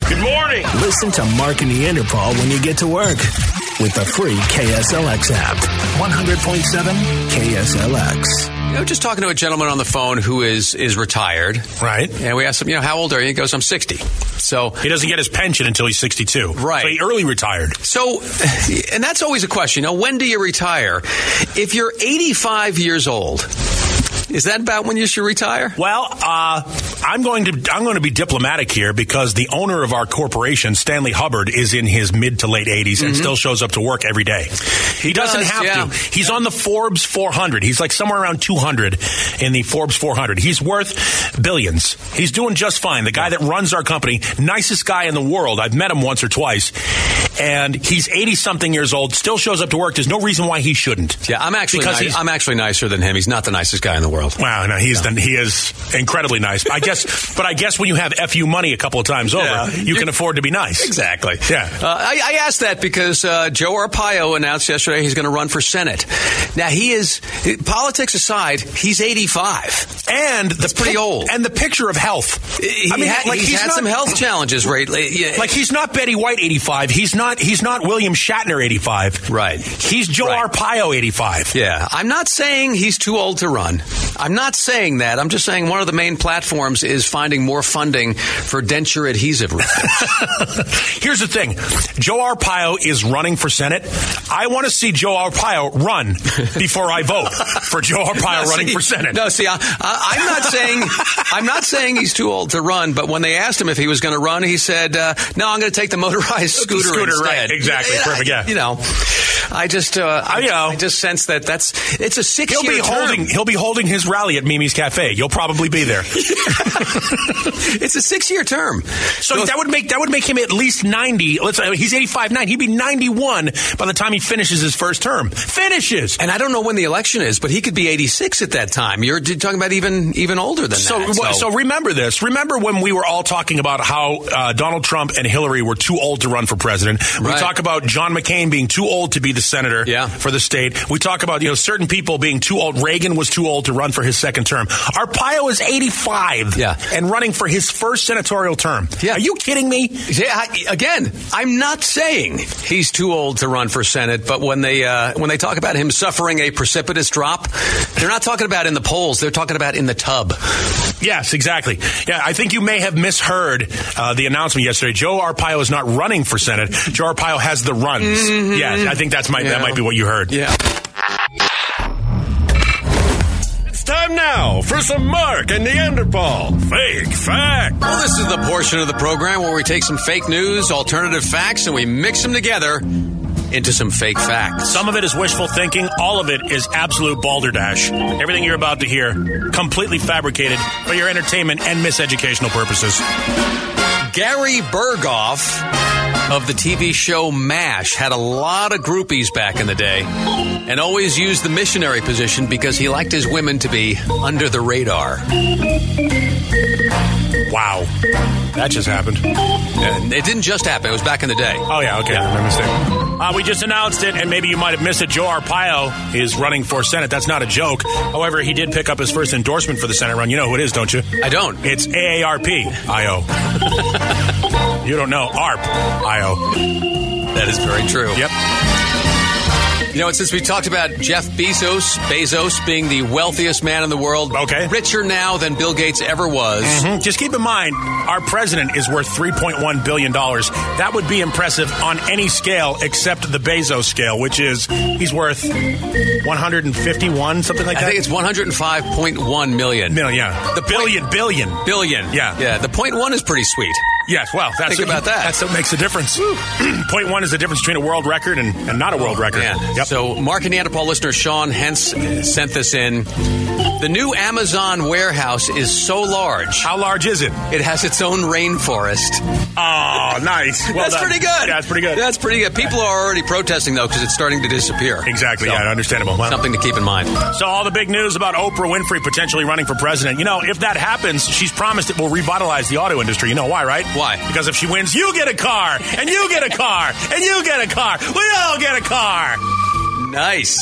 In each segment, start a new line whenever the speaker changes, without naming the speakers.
Good morning.
Listen to Mark and Neanderthal when you get to work with the free KSLX app. 100.7 KSLX.
You know, just talking to a gentleman on the phone who is is retired,
Right.
and we asked him, you know, how old are you? He goes, I'm 60. So
He doesn't get his pension until he's 62.
Right.
So he early retired.
So, and that's always a question. You know, when do you retire? If you're 85 years old, is that about when you should retire?
Well, uh, I'm going to I'm going to be diplomatic here because the owner of our corporation, Stanley Hubbard, is in his mid to late 80s and still shows up to work every day. He, doesn't
Mm-hmm. does,
have
yeah.
to. He's on the Forbes 400. He's like somewhere around 200 in the Forbes 400. He's worth billions. He's doing just fine. The guy that runs our company, nicest guy in the world. I've met him once or twice, and he's 80 something years old. Still shows up to work. There's no reason why he shouldn't.
Yeah, I'm actually
Because
ni-
he's-
I'm actually nicer than him. He's not the nicest guy in the world.
Wow, no, he's the, he is incredibly nice. I guess, but I guess when you have fu money a couple of times over,
Yeah.
you can
You-
afford to be nice.
Exactly.
Yeah.
Uh, I, I asked that because uh, Joe Arpaio announced yesterday he's going to run for Senate. Now he is politics aside, he's 85.
And the
pretty old.
And the picture of health.
He ha- he's, had
not,
some health challenges lately. Yeah.
Like he's not Betty White eighty five. He's not he's not William Shatner eighty five.
Right.
He's Joe
Right.
Arpaio eighty five.
Yeah, I'm not saying he's too old to run. I'm not saying that. I'm just saying one of the main platforms is finding more funding for denture adhesive. repair.
Here's the thing: Joe Arpaio is running for Senate. I want to see Joe Arpaio run before I vote for Joe Arpaio running
See,
for Senate.
No, see, I, I, I'm not saying I'm not saying he's too old to run. But when they asked him if he was going to run, he said, uh, "No, I'm going to take the motorized scooter,
scooter, right,
instead."
exactly, perfect, yeah.
you know, I just uh, I,
I know.
I just sense that that's it's a six
He'll be
year
holding. He'll be holding his rally at Mimi's Cafe. You'll probably be there.
it's a six year term.
So that would make that would make him at least ninety. Let's say he's eighty five nine. He'd be ninety one by the time he finishes his first term. Finishes.
And I don't know when the election is, but he could be 86 at that time. You're talking about even even older than
So,
that.
wh- so remember this. Remember when we were all talking about how uh, Donald Trump and Hillary were too old to run for president.
Right.
We talk about John McCain being too old to be the senator
Yeah.
for the state. We talk about you know certain people being too old. Reagan was too old to run for his second term. Arpaio is eighty five
Yeah.
and running for his first senatorial term.
Yeah.
Are you kidding me?
Yeah, I, again, I'm not saying he's too old to run for Senate, but when they uh, when they talk about him suffering a precipitous drop, they're not talking about in the polls. They're talking about in the tub.
Yes, exactly. Yeah, I think you may have misheard uh, the announcement yesterday. Joe Arpaio is not running for Senate. Joe Arpaio has the runs.
Mm-hmm.
Yeah, I think that's my,
Yeah.
that might be what you heard.
Yeah.
It's time now for some Mark and Neanderthal fake fact.
Well, this is the portion of the program where we take some fake news, alternative facts, and we mix them together into some fake facts.
Some of it is wishful thinking. All of it is absolute balderdash. Everything you're about to hear, completely fabricated for your entertainment and miseducational purposes.
Gary Berghoff of the TV show MASH had a lot of groupies back in the day and always used the missionary position because he liked his women to be under the radar.
Wow. That just happened.
And it didn't just happen, it was back in the day.
Oh, yeah, okay. My mistake. Uh, we just announced it, and maybe you might have missed it. Joe Arpaio is running for Senate. That's not a joke. However, he did pick up his first endorsement for the Senate run. You know who it is, don't you?
I don't.
It's AARP IO. you don't know ARP IO.
That is very true.
Yep.
You know, and since we talked about Jeff Bezos, Bezos being the wealthiest man in the world,
Okay.
richer now than Bill Gates ever was.
Mhm. Just keep in mind, our president is worth $3.1 billion. That would be impressive on any scale except the Bezos scale, which is he's worth 151, something like
I
that.
think it's 105.1 million.
million, yeah. The billion, billion.
Billion.
Yeah.
Yeah. The point one is pretty sweet.
Yes, well, that's
Think about that.
That's what makes a difference. Point one is the difference between a world record and, and not a world record.
Man.
Yep.
So, Mark and Neanderthal listener Sean Hence sent this in. The new Amazon warehouse is so large,
How large is it?
it has its own rainforest.
Oh, nice. Well
that's
done.
pretty good.
Yeah, that's pretty good.
That's pretty good. People are already protesting, though, because it's starting to disappear.
exactly.
So,
yeah, understandable. Well,
Something to keep in mind.
so all the big news about Oprah Winfrey potentially running for president. You know, if that happens, she's promised it will revitalize the auto industry. You know why, right?
Why?
Because if she wins, you get a car, and you get a car, and you get a car. We all get a car.
Nice.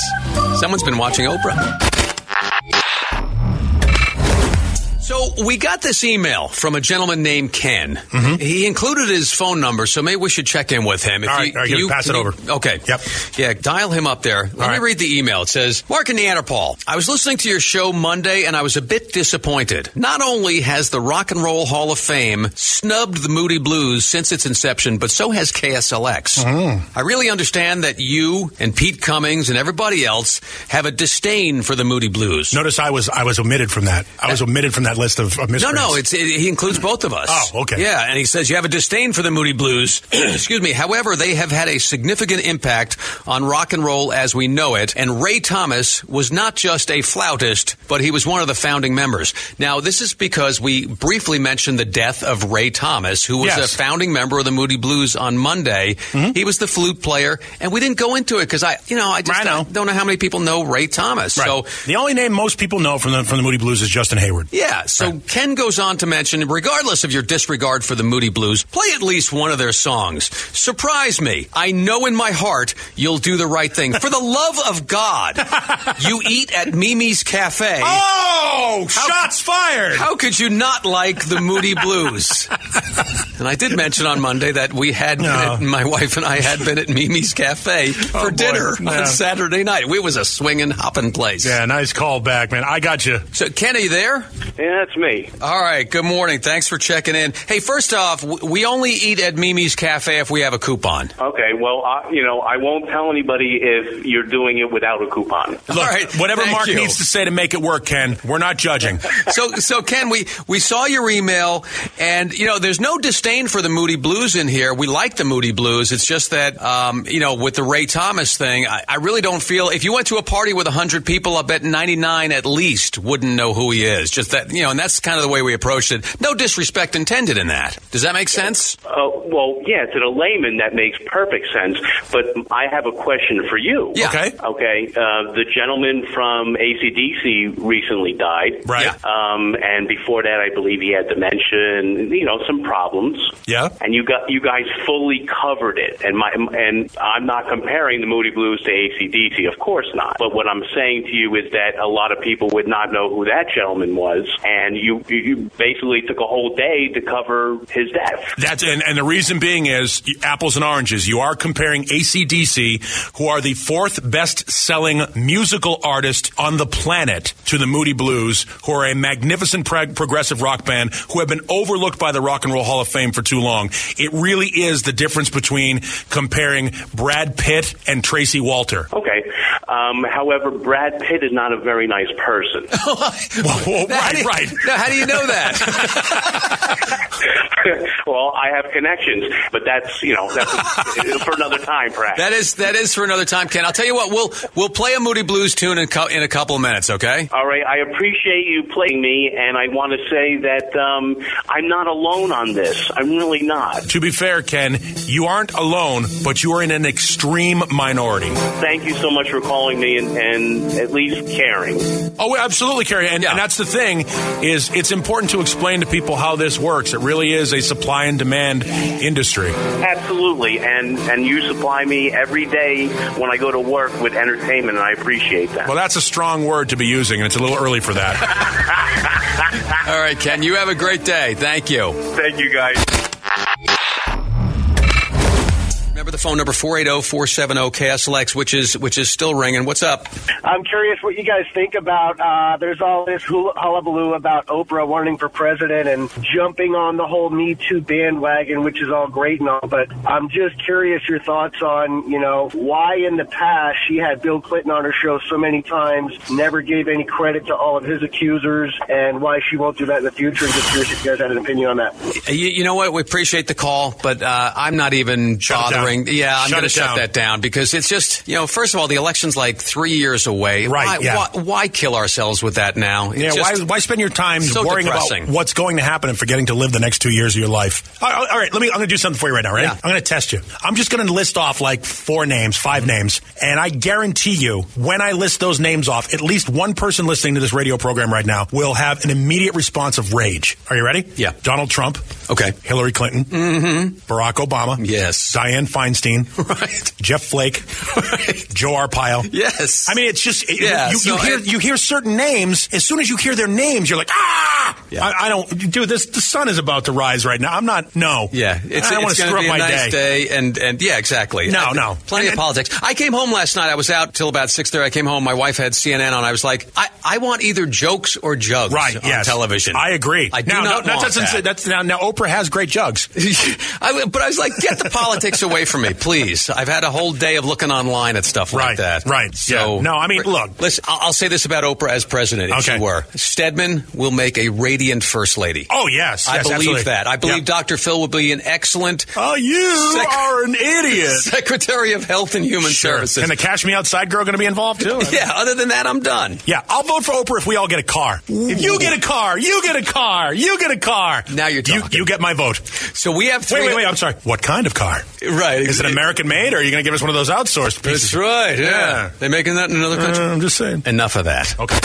Someone's been watching Oprah. So, So we got this email from a gentleman named Ken. He included his phone number, so maybe we should check in with him. If
Mm-hmm. All right,
you,
all right,
can
give-
you-
pass
can
it
you-
over.
Okay.
Yep.
Yeah, dial him up there. Let me
right.
read the email. It says, Mark and Neanderthal, I was listening to your show Monday and I was a bit disappointed. Not only has the Rock and Roll Hall of Fame snubbed the Moody Blues since its inception, but so has KSLX. I really understand that you and Pete Cummings and everybody else have a disdain for the Moody Blues.
Notice I was I was omitted from that. I was omitted from that list of, of
No,
misprints.
no, it's it, he includes both of us.
Oh, okay.
Yeah, and he says you have a disdain for the Moody Blues. Excuse me. However, they have had a significant impact on rock and roll as we know it. And Ray Thomas was not just a flautist, but he was one of the founding members. Now, this is because we briefly mentioned the death of Ray Thomas, who was
Yes. Mm-hmm.
a founding member of the Moody Blues on Monday. He was the flute player, and we didn't go into it because I, you know, I just
I know.
Don't, don't know how many people know Ray Thomas.
Right.
So
the only name most people know from the from the Moody Blues is Justin Hayward.
yeah, so Ken goes on to mention, regardless of your disregard for the Moody Blues, play at least one of their songs. Surprise me. I know in my heart you'll do the right thing. For the love of God, you eat at Mimi's Cafe.
Oh, shots fired!
How could you not like the Moody Blues? and I did mention on Monday that we had been
No.
at- my wife and I had been at Mimi's Cafe for
Oh, boy.
dinner
Yeah.
on Saturday night. We was a swinging, hopping place.
yeah, nice call back, man. I got you.
So, Ken, are you there?
Yeah, that's me.
All right. Good morning. Thanks for checking in. Hey, first off, w- we only eat at Mimi's Cafe if we have a coupon.
Okay, well, I, you know, I won't tell anybody if you're doing it without a coupon.
All
Look,
right,
whatever
thank
Mark
you.
needs to say to make it work, Ken, we're not judging.
So, so Ken, we, we saw your email, and you know, there's no disdain for the Moody Blues in here. We like the Moody Blues. It's just that, um, you know, with the Ray Thomas thing, I, I really don't feel. If you went to a party with 100 people, I bet 99 at least wouldn't know who he is. Just that, you know, and that's kind of the way we approached it. No disrespect intended in that. Does that make sense?
Uh, well, yeah, to the layman, that makes perfect sense. But I have a question for you.
Yeah.
Okay.
Okay. Uh, the gentleman from ACDC recently died.
Right.
Yeah.
Um, and before that, I believe he had dementia and you know some problems.
Yeah.
And you got you guys fully covered it. And my and I'm not comparing the Moody Blues to ACDC, of course not. But what I'm saying to you is that a lot of people would not know who that gentleman was, and you you, you basically took a whole day to cover his death.
That's and, and the reason being is y- apples and oranges. You are comparing ACDC, who are the fourth best selling musical artist on the planet, to the Moody Blues, who are a magnificent prog- progressive rock band who have been overlooked by the Rock and Roll Hall of Fame for too long. It really is the difference between comparing Brad Pitt and Tracy Walter.
Okay. Um, however, Brad Pitt is not a very nice person.
Whoa, whoa,
Now, how
right,
do you-
right.
now, how do you know that?
well, I have connections, but that's you know that's for another time, perhaps.
That is that is for another time, Ken. I'll tell you what. We'll we'll play a Moody Blues tune in, co- in a couple of minutes. Okay.
All right, I appreciate you playing me, and I want to say that um, I'm not alone on this. I'm really not.
To be fair, Ken, you aren't alone, but you are in an extreme minority.
Thank you so much for calling me and, and at least caring.
Oh, absolutely, Kerry. And,
Yeah.
and that's the thing is it's important to explain to people how this works. It really is a supply and demand industry.
Absolutely, and and you supply me every day when I go to work with entertainment, and I appreciate that.
Well, that's a strong word to be using, and it's a little early for that.
All right, Ken. You have a great day. Thank you.
Thank you, guys.
Remember the phone number oh, 480-470-KSLX, which is which is still ringing. What's up?
I'm curious what you guys think about. Uh, there's all this hula- hullabaloo about Oprah running for president and jumping on the whole Me Too bandwagon, which is all great and all. But I'm just curious your thoughts on, you know, why in the past she had Bill Clinton on her show so many times, never gave any credit to all of his accusers, and why she won't do that in the future. I'm just curious if you guys had an opinion on that.
You, you know what? We appreciate the call, but uh, I'm not even
Shut it
bothering.
down.
Yeah, I'm
Shut
going to
it
shut
down.
that down because it's just you know, first of all, the election's like three years away.
Right,
Why,
yeah.
why, why kill ourselves with that now? It's
Yeah,
just-
why, why spend your time
so
worrying
depressing.
about what's going to happen and forgetting to live the next two years of your life? All right, all right, let me. I'm going to do something for you right now. Right?
Yeah.
I'm going to test you. I'm just going to list off like four names, 5 names, and I guarantee you, when I list those names off, at least one person listening to this radio program right now will have an immediate response of rage. Are you ready?
Yeah.
Donald Trump.
Okay.
Hillary Clinton. Mm-hmm. Barack Obama.
Yes.
Diane Feinstein.
Right.
Jeff Flake. Joe Arpaio.
Yes.
I mean, it's just it-
Yeah,
you,
so
you hear
it-
you hear certain names. As soon as you hear their names, you're like, ah,
Yeah.
I, I don't, dude. This the sun is about to rise right now. I'm not. No.
Yeah, it's,
I don't want
it's
to screw
going to
up
be a
my
nice
day.
day. and and yeah, exactly.
No,
I-
no.
plenty
And-
of politics. I came home last night. I was out till about six thirty. I came home. My wife had CNN on. I was like, I, I want either jokes or jugs
Right.
on
yes.
television.
I agree.
I do
now,
not
no,
want
that's,
that.
That's, now, now Oprah has great jugs.
I, but I was like, get the politics away from me, please. I've had a whole day of looking online at stuff
Right,
like that.
right,
So
yeah. No, I mean, look.
Listen, I'll, I'll say this about Oprah as president. If
Okay.
she were, Stedman will make a radiant first lady.
Oh yes,
I
yes,
believe
absolutely.
that. I believe
Yep.
Dr. Phil will be an excellent
Oh, you
Sec-
are an idiot.
Secretary of Health and Human Services.
And the cash me outside girl going to be involved too?
yeah, other than that, I'm done.
Yeah, I'll vote for Oprah if we all get a car. If you get a car, you get a car, you get a car.
Now you're
You,
talking.
you get my vote.
So we have three.
Wait, wait, wait. I'm sorry. What kind of car?
Right.
Is it American made, or are you going to give us one of those outsourced pieces?
That's right. Yeah.
Yeah.
They're making that in another country.
Uh, I'm just saying.
Enough of that.
Okay.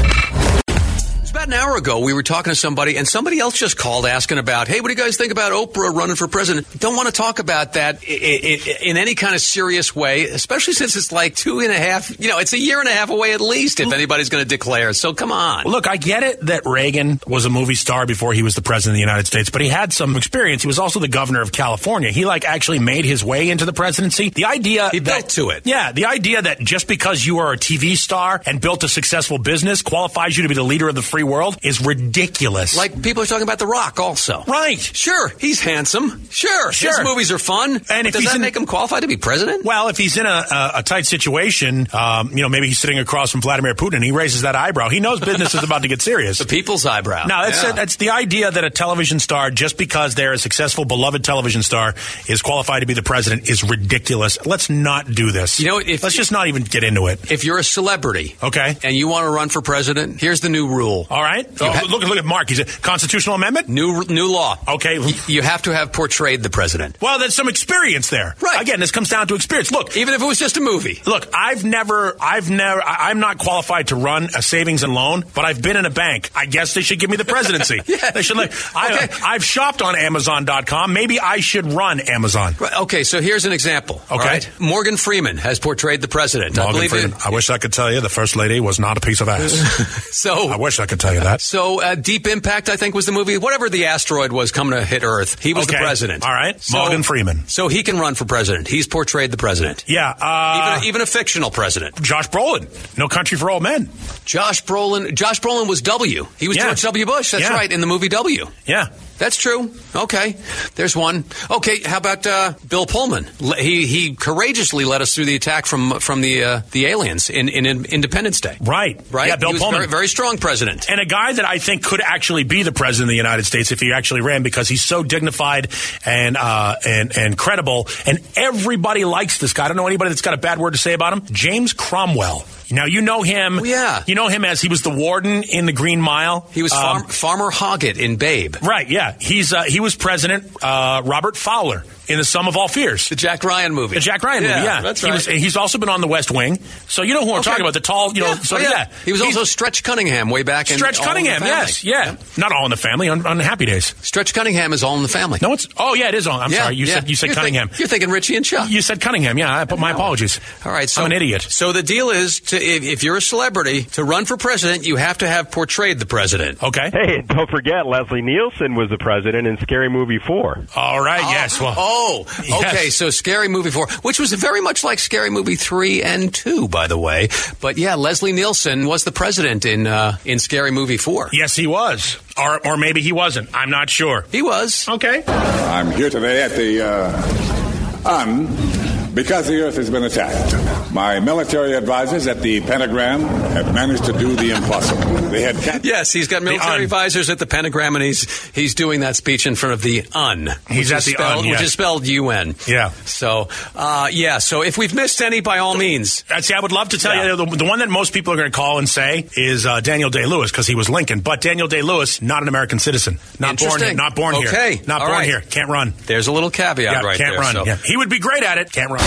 It's about an hour ago. We were talking to somebody, and somebody else just called asking about, hey, what do you guys think about Oprah running for president? Don't want to talk about that i- i- i- in any kind of serious way, especially since it's like two and a half, you know, it's a year and a half away at least if anybody's going to declare. So come on.
Well, Look, I get it that Reagan was a movie star before he was the president of the United States, but he had some experience. He was also the governor of California. He like actually made his way into the presidency. The idea
He built
that-
to it.
Yeah, the idea that just because you are a TV star and built a successful business qualifies you to be the leader of the free world is ridiculous.
Like people are talking about The Rock also.
right.
Sure, he's handsome. Sure, his
Sure.
movies are fun.
And
But
if
does
he's
that
in-
make him qualified to be president?
Well, if he's in a, a, a tight situation, um, you know, maybe he's sitting across from Vladimir Putin and he raises that eyebrow. He knows business is about to get serious.
the people's eyebrow.
No, that's
Yeah.
that's the idea that a television star, just because they're a successful, beloved television star, is qualified to be the president is ridiculous. Let's not do this.
You know, if-
let's just not even get into it.
If you're a celebrity,
Okay.
and you want to run for president, here's the new rule.
All right. Oh, look, look at Mark. He's a constitutional amendment.
New new law.
Okay.
Y- you have to have portrayed the president,
Well, there's some experience there.
Right.
Again, this comes down to experience. Look,
even if it was just a movie.
Look, I've never, I've never, I- I'm not qualified to run a savings and loan, but I've been in a bank. I guess they should give me the presidency.
Yeah.
They should let, I,
Okay.
I've shopped on Amazon.com. Maybe I should run Amazon.
Right, Okay, so here's an example. all
Okay.
right? Morgan Freeman has portrayed the president. I
Morgan
believe
Freeman,
it-
I wish I could tell you the first lady was not a piece of ass. I
So
wish I could tell you that.
so uh, Deep Impact, I think, was the movie. Whatever the asteroid was coming to hit Earth, he was the
Okay.
president.
All right. Morgan Freeman.
So he can run for president. He's portrayed the president.
Yeah. Uh,
even, even a fictional president.
Josh Brolin, No Country for Old Men.
Josh Brolin. Josh Brolin was W. He was
Yeah.
George W. Bush. That's
Yeah.
right in the movie W.
Yeah.
That's true. Okay, there's one. Okay, how about uh, Bill Pullman? Le- He he courageously led us through the attack from from the uh, the aliens in, in in Independence Day.
Right.
Right.
Yeah, Bill
He was
Pullman.
very, very strong president.
and a guy that I think could actually be the president of the United States if he actually ran because he's so dignified and uh, and and credible, and everybody likes this guy. I don't know anybody that's got a bad word to say about him. James Cromwell. Now you know him.
Oh, yeah.
you know him as he was the warden in the Green Mile.
He was
Um,
farm, Farmer Hoggett in Babe,
right. Yeah, he's uh, he was President uh, Robert Fowler in the Sum of All Fears.
the Jack Ryan movie.
The Jack Ryan
yeah,
movie, yeah.
that's
He
right.
was, he's also been on The West Wing, so you know who I'm
Okay.
talking about. The tall, you know,
Yeah.
so
Oh,
yeah.
He was
He's-
also Stretch Cunningham way back in
Stretch
All in the
Cunningham.
Family.
Yes, yeah. Not all in the family on, on Happy Days.
Stretch Cunningham is all in the family.
No, it's. Oh, yeah, it is on. I'm
Yeah,
sorry. You
yeah.
said you said
You're think-
Cunningham.
you're thinking Richie and Chuck.
you said Cunningham. Yeah, I, but my apologies.
All right, so
I'm an idiot.
So the deal is, to, if, if you're a celebrity, to run for president, you have to have portrayed the president.
Okay.
Hey, don't forget Leslie Nielsen was the president in Scary Movie 4.
All right. yes. Well.
Oh,
Yes.
okay. So Scary Movie 4, which was very much like Scary Movie 3 and 2, by the way. But yeah, Leslie Nielsen was the president in uh, in Scary Movie 4.
Yes, he was, or or maybe he wasn't. I'm not sure.
He was.
Okay.
I'm here today at the uh, UN because the Earth has been attacked. My military advisors at the Pentagram have managed to do the impossible. They had cap-
Yes, he's got military
UN.
advisors at the Pentagram, and he's he's doing that speech in front of the UN. which
He's at
is
the UN,
spelled,
yes.
which is spelled UN.
Yeah.
So, uh, yeah. So if we've missed any, by all means,
Uh, See, I would love to tell
Yeah.
you the, the one that most people are going to call and say is uh, Daniel Day Lewis because he was Lincoln, but Daniel Day Lewis not an American citizen, not born here,
Interesting.
not born
Okay.
here, not
All
born
right.
here, can't run,
there's a little caveat
yeah,
right
can't
there.
run.
so-
Yeah. He would be great at it, can't run.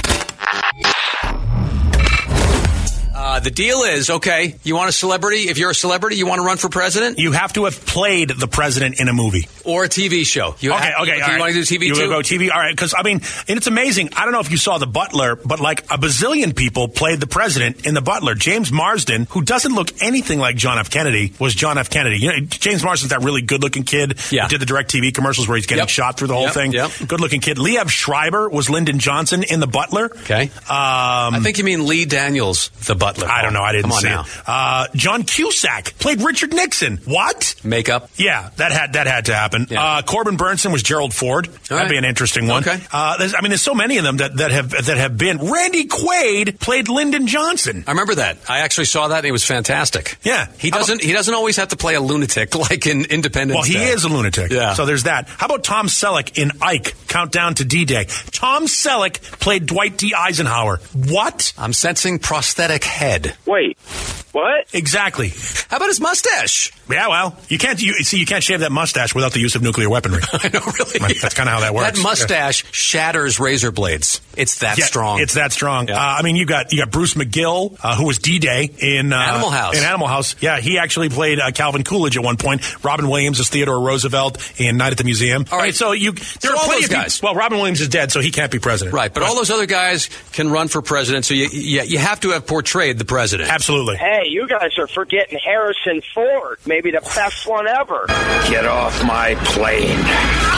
Uh, the deal is okay, you want a celebrity? If you're a celebrity, you want to run for president
You have to have played the president in a movie.
or a TV show. You
okay,
have-
okay. all
if Uh, you
right.
want to do TV
You
too?
go TV. All right, because I mean, and it's amazing. I don't know if you saw The Butler, but like a bazillion people played the president in The Butler. James Marsden, who doesn't look anything like John F. Kennedy, was John F. Kennedy. You know, James Marsden's that really good-looking kid.
Yeah.
who did the direct TV commercials where he's getting
Yep.
shot through the whole
Yep,
thing.
yep.
Good-looking kid. Lieb Schreiber was Lyndon Johnson in The Butler.
Okay.
Um,
I think you mean Lee Daniels, the butler.
I don't know. I didn't
Come on
see
now.
it. Uh, John Cusack played Richard Nixon. What?
Makeup.
Yeah, that had that had to happen.
Yeah.
Uh, Corbin Burnson was Gerald Ford. That'd
right.
be an interesting one.
Okay.
Uh, there's, I mean, there's so many of them that, that have that have been. Randy Quaid played Lyndon Johnson.
I remember that. I actually saw that, and he was fantastic.
Yeah.
he
How
doesn't. he doesn't always have to play a lunatic like in Independence.
Well, he
Day.
is a lunatic.
Yeah.
So there's that. How about Tom Selleck in Ike? Countdown to D-Day. Tom Selleck played Dwight D. Eisenhower. What?
I'm sensing prosthetic head.
Wait, what?
Exactly.
How about his mustache?
Yeah. Well, you can't. You see, you can't shave that mustache without the use of nuclear weaponry.
I know, really.
Right, that's kinda how that works.
That mustache shatters razor blades. It's that
Yeah,
strong.
It's that strong.
Yeah.
Uh, I mean, you got you got Bruce McGill, uh, who was D Day in uh,
Animal House.
In Animal House, yeah, he actually played uh, Calvin Coolidge at one point. Robin Williams is Theodore Roosevelt in Night at the Museum.
All right.
I mean, so you there
So
are
all
plenty
those
of people-
guys.
Well, Robin Williams is dead, so he can't be president.
right. But all those other guys can run for president, so you you, you have to have portrayed the president.
absolutely.
Hey, you guys are forgetting Harrison Ford, maybe the best one ever.
Get off my plane.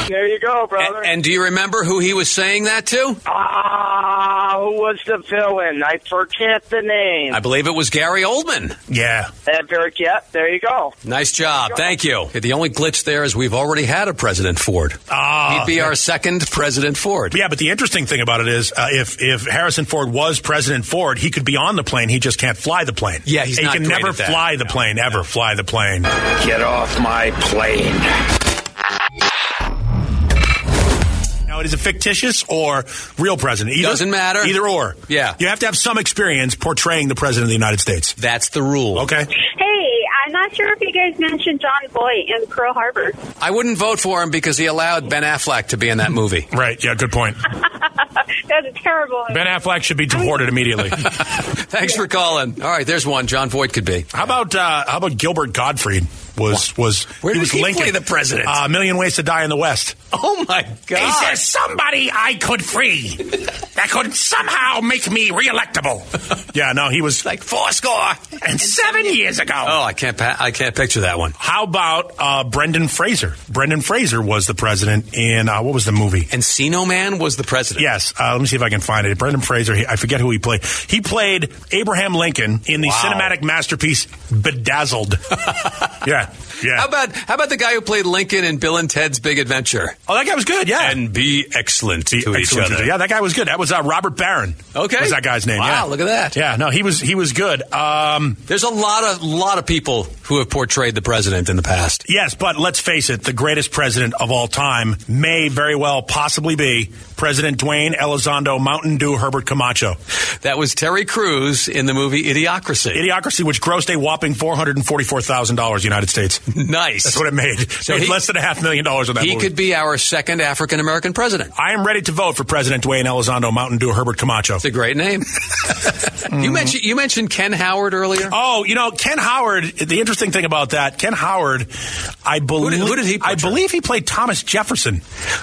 There you go,
A-
brother.
and, do you remember who he was saying that to?
ah, who was the villain? I forget the name.
I believe it was Gary Oldman.
Yeah.
That very yeah, there you go.
Nice job. Thank you. The only glitch there is we've already had a President Ford.
Ah.
He'd be our second President Ford.
But yeah, but the interesting thing about it is, uh, if if Harrison Ford was President Ford, he could be on the plane. He just can't fly the plane.
Yeah, he's
he
not
can
great
never
at that.
fly the plane. Ever fly the plane.
Get off my plane.
Now, it is a fictitious or real president. Either,
Doesn't matter.
Either or.
Yeah.
You have to have some experience portraying the president of the United States.
That's the rule.
Okay.
Hey, I'm not sure if you guys mentioned John Boy in Pearl Harbor.
I wouldn't vote for him because he allowed Ben Affleck to be in that movie.
Right. Yeah. Good point.
That's a terrible.
Ben Affleck should be deported immediately.
Thanks for calling. All right, there's one. John Voight could be.
How about uh, how about Gilbert Gottfried was was
Where
he
did
was
he play
Lincoln
the president?
Uh, a million ways to die in the West.
Oh my God!
somebody I could free that could somehow make me reelectable. yeah. No, he was
like four score.
and seven years ago.
Oh, I can't. Pa- I can't picture that one.
How about uh, Brendan Fraser? Brendan Fraser was the president in uh, what was the movie?
Encino Man was the president.
Yes, uh, let me see if I can find it. Brendan Fraser, he, I forget who he played. He played Abraham Lincoln in the
Wow.
cinematic masterpiece Bedazzled. yeah, yeah.
How about how about the guy who played Lincoln in Bill and Ted's Big Adventure?
oh, that guy was good. Yeah,
And be excellent
He-
to each
excellent
other.
teacher. Yeah, that guy was good. That was uh, Robert Barron.
Okay.
was that guy's name?
Wow,
yeah.
look at that.
Yeah, no, he was he was good. Um,
There's a lot of lot of people who have portrayed the president in the past.
yes, but let's face it, the greatest president of all time may very well possibly be President Dwayne Elizondo Mountain Dew Herbert Camacho.
That was Terry Crews in the movie Idiocracy.
Idiocracy, which grossed a whopping four hundred and forty-four thousand dollars United States.
nice.
That's what it made.
So
Made
he-
less than a half million dollars on that
he
movie.
could be our second African American president.
I am ready to vote for President Dwayne Elizondo Mountain Dew Herbert Camacho.
It's a great name. you mentioned you mentioned Ken Howard earlier.
Mm-hmm. Oh, you know Ken Howard. The interesting thing about that, Ken Howard, I believe,
who did he
I
portray?
believe he played Thomas Jefferson.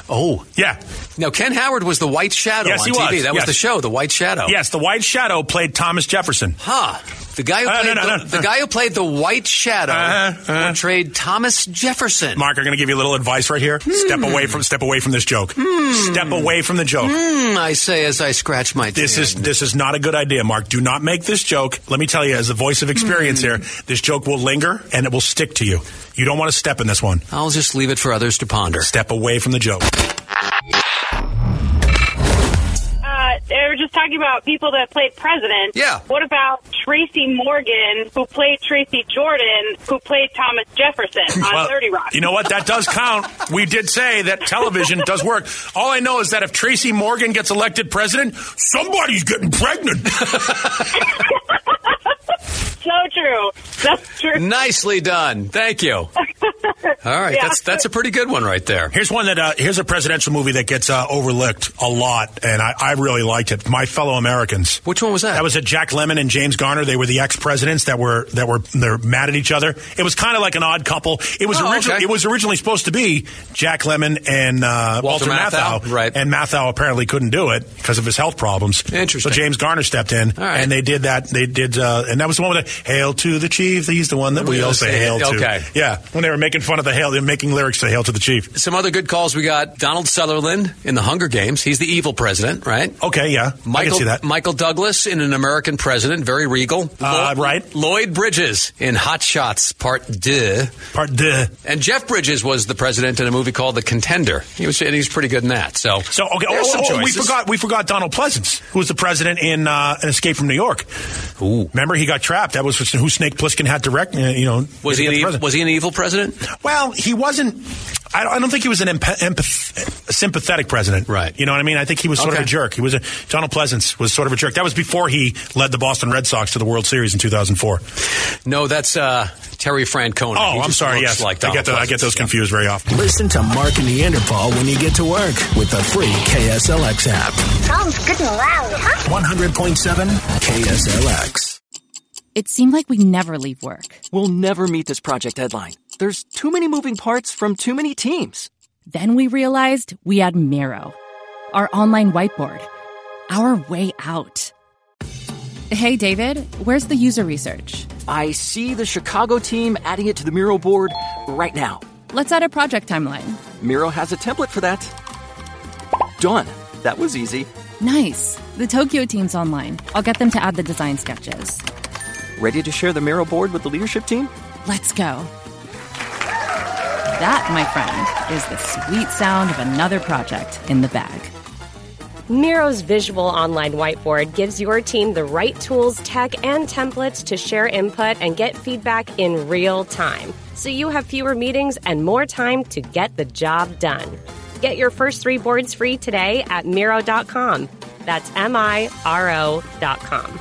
Oh, yeah,
Now Ken Howard was the White Shadow
Yes,
on
he was.
TV. That was
Yes.
the show, the White Shadow.
yes. The White Shadow played Thomas Jefferson.
Huh. The guy who
Uh, no,
played
no,
the,
no,
the
no.
guy who played the White Shadow
Uh-huh, uh-huh.
portrayed Thomas Jefferson.
Mark, I'm going to give you a little advice right here.
Hmm.
Step away from step away from this joke. Step away from the joke.
Hmm, I say as I scratch my
This
chin.
is this is not a good idea, Mark. Do not make this joke. Let me tell you, as the voice of
Hmm.
experience here, this joke will linger and it will stick to you. You don't want to step in this one.
I'll just leave it for others to ponder.
Step away from the joke.
Uh, they were just talking about people that played president.
Yeah.
What about Tracy Morgan, who played Tracy Jordan, who played Thomas Jefferson on
Well,
30 Rock?
You know what? That does count. we did say that television does work. All I know is that if Tracy Morgan gets elected president, somebody's getting pregnant.
so true. That's true.
Nicely done. Thank you. All right,
Yeah.
that's that's a pretty good one right there.
Here's one that uh, here's a presidential movie that gets uh, overlooked a lot, and I, I really liked it. My Fellow Americans.
Which one was that?
That was a Jack Lemon and James Garner. They were the ex presidents that were that were they're mad at each other. It was kind of like an odd couple. It was
Oh,
originally
okay.
it was originally supposed to be Jack Lemon and uh,
Walter
Walter,
Matthau,
Matthau,
right.
And Matthau apparently couldn't do it because of his health problems.
Interesting.
So James Garner stepped in,
All right.
and they did that. They did, uh, and that was the one with the "Hail to the Chief." He's the one that we all say "Hail to."
Okay.
Yeah, when they were making fun of the "Hail," they were making lyrics to "Hail to the Chief."
Some other good calls we got Donald Sutherland in the Hunger Games. He's the evil president, right?
Okay, yeah, I
Michael
can see that.
Michael Douglas in An American President, very regal.
Uh, right.
Lloyd Bridges in Hot Shots Part Deux.
Part duh.
And Jeff Bridges was the president in a movie called The Contender. He was and he's pretty good in that. So
So okay, oh,
there's some
oh, oh, we
choices.
forgot we forgot Donald Pleasance, who was the president in uh, An Escape from New York.
Ooh.
Remember, he got trapped. That was who Snake Plissken had to rec- uh, you know.
Was he,
get
an
the
evil,
president.
was he an evil president?
Well, he wasn't. I don't, I don't think he was an empath, empath, a sympathetic president.
Right.
You know what I mean? I think he was sort
Okay.
of a jerk. He was a, Donald Pleasance was sort of a jerk. That was before he led the Boston Red Sox to the World Series in 2004.
No, that's uh, Terry Francona.
Oh,
He
I'm
just
sorry.
looks
Yes,
like
I get
Donald
the, I get
Pleasance.
those confused very often.
Listen to Mark and Neanderthal when you get to work with the free KSLX app.
Sounds good and loud, huh?
100.7 KSLX.
It seemed like we never leave work.
We'll never meet this project deadline. There's too many moving parts from too many teams.
Then we realized we had Miro, our online whiteboard, our way out. Hey, David, where's the user research?
I see the Chicago team adding it to the Miro board right now.
Let's add a project timeline.
Miro has a template for that. Done. That was easy.
Nice. The Tokyo team's online. I'll get them to add the design sketches.
Ready to share the Miro board with the leadership team?
Let's go. That, my friend, is the sweet sound of another project in the bag.
Miro's visual online whiteboard gives your team the right tools, tech, and templates to share input and get feedback in real time. So you have fewer meetings and more time to get the job done. Get your first three boards free today at Miro.com. That's M I R O.com.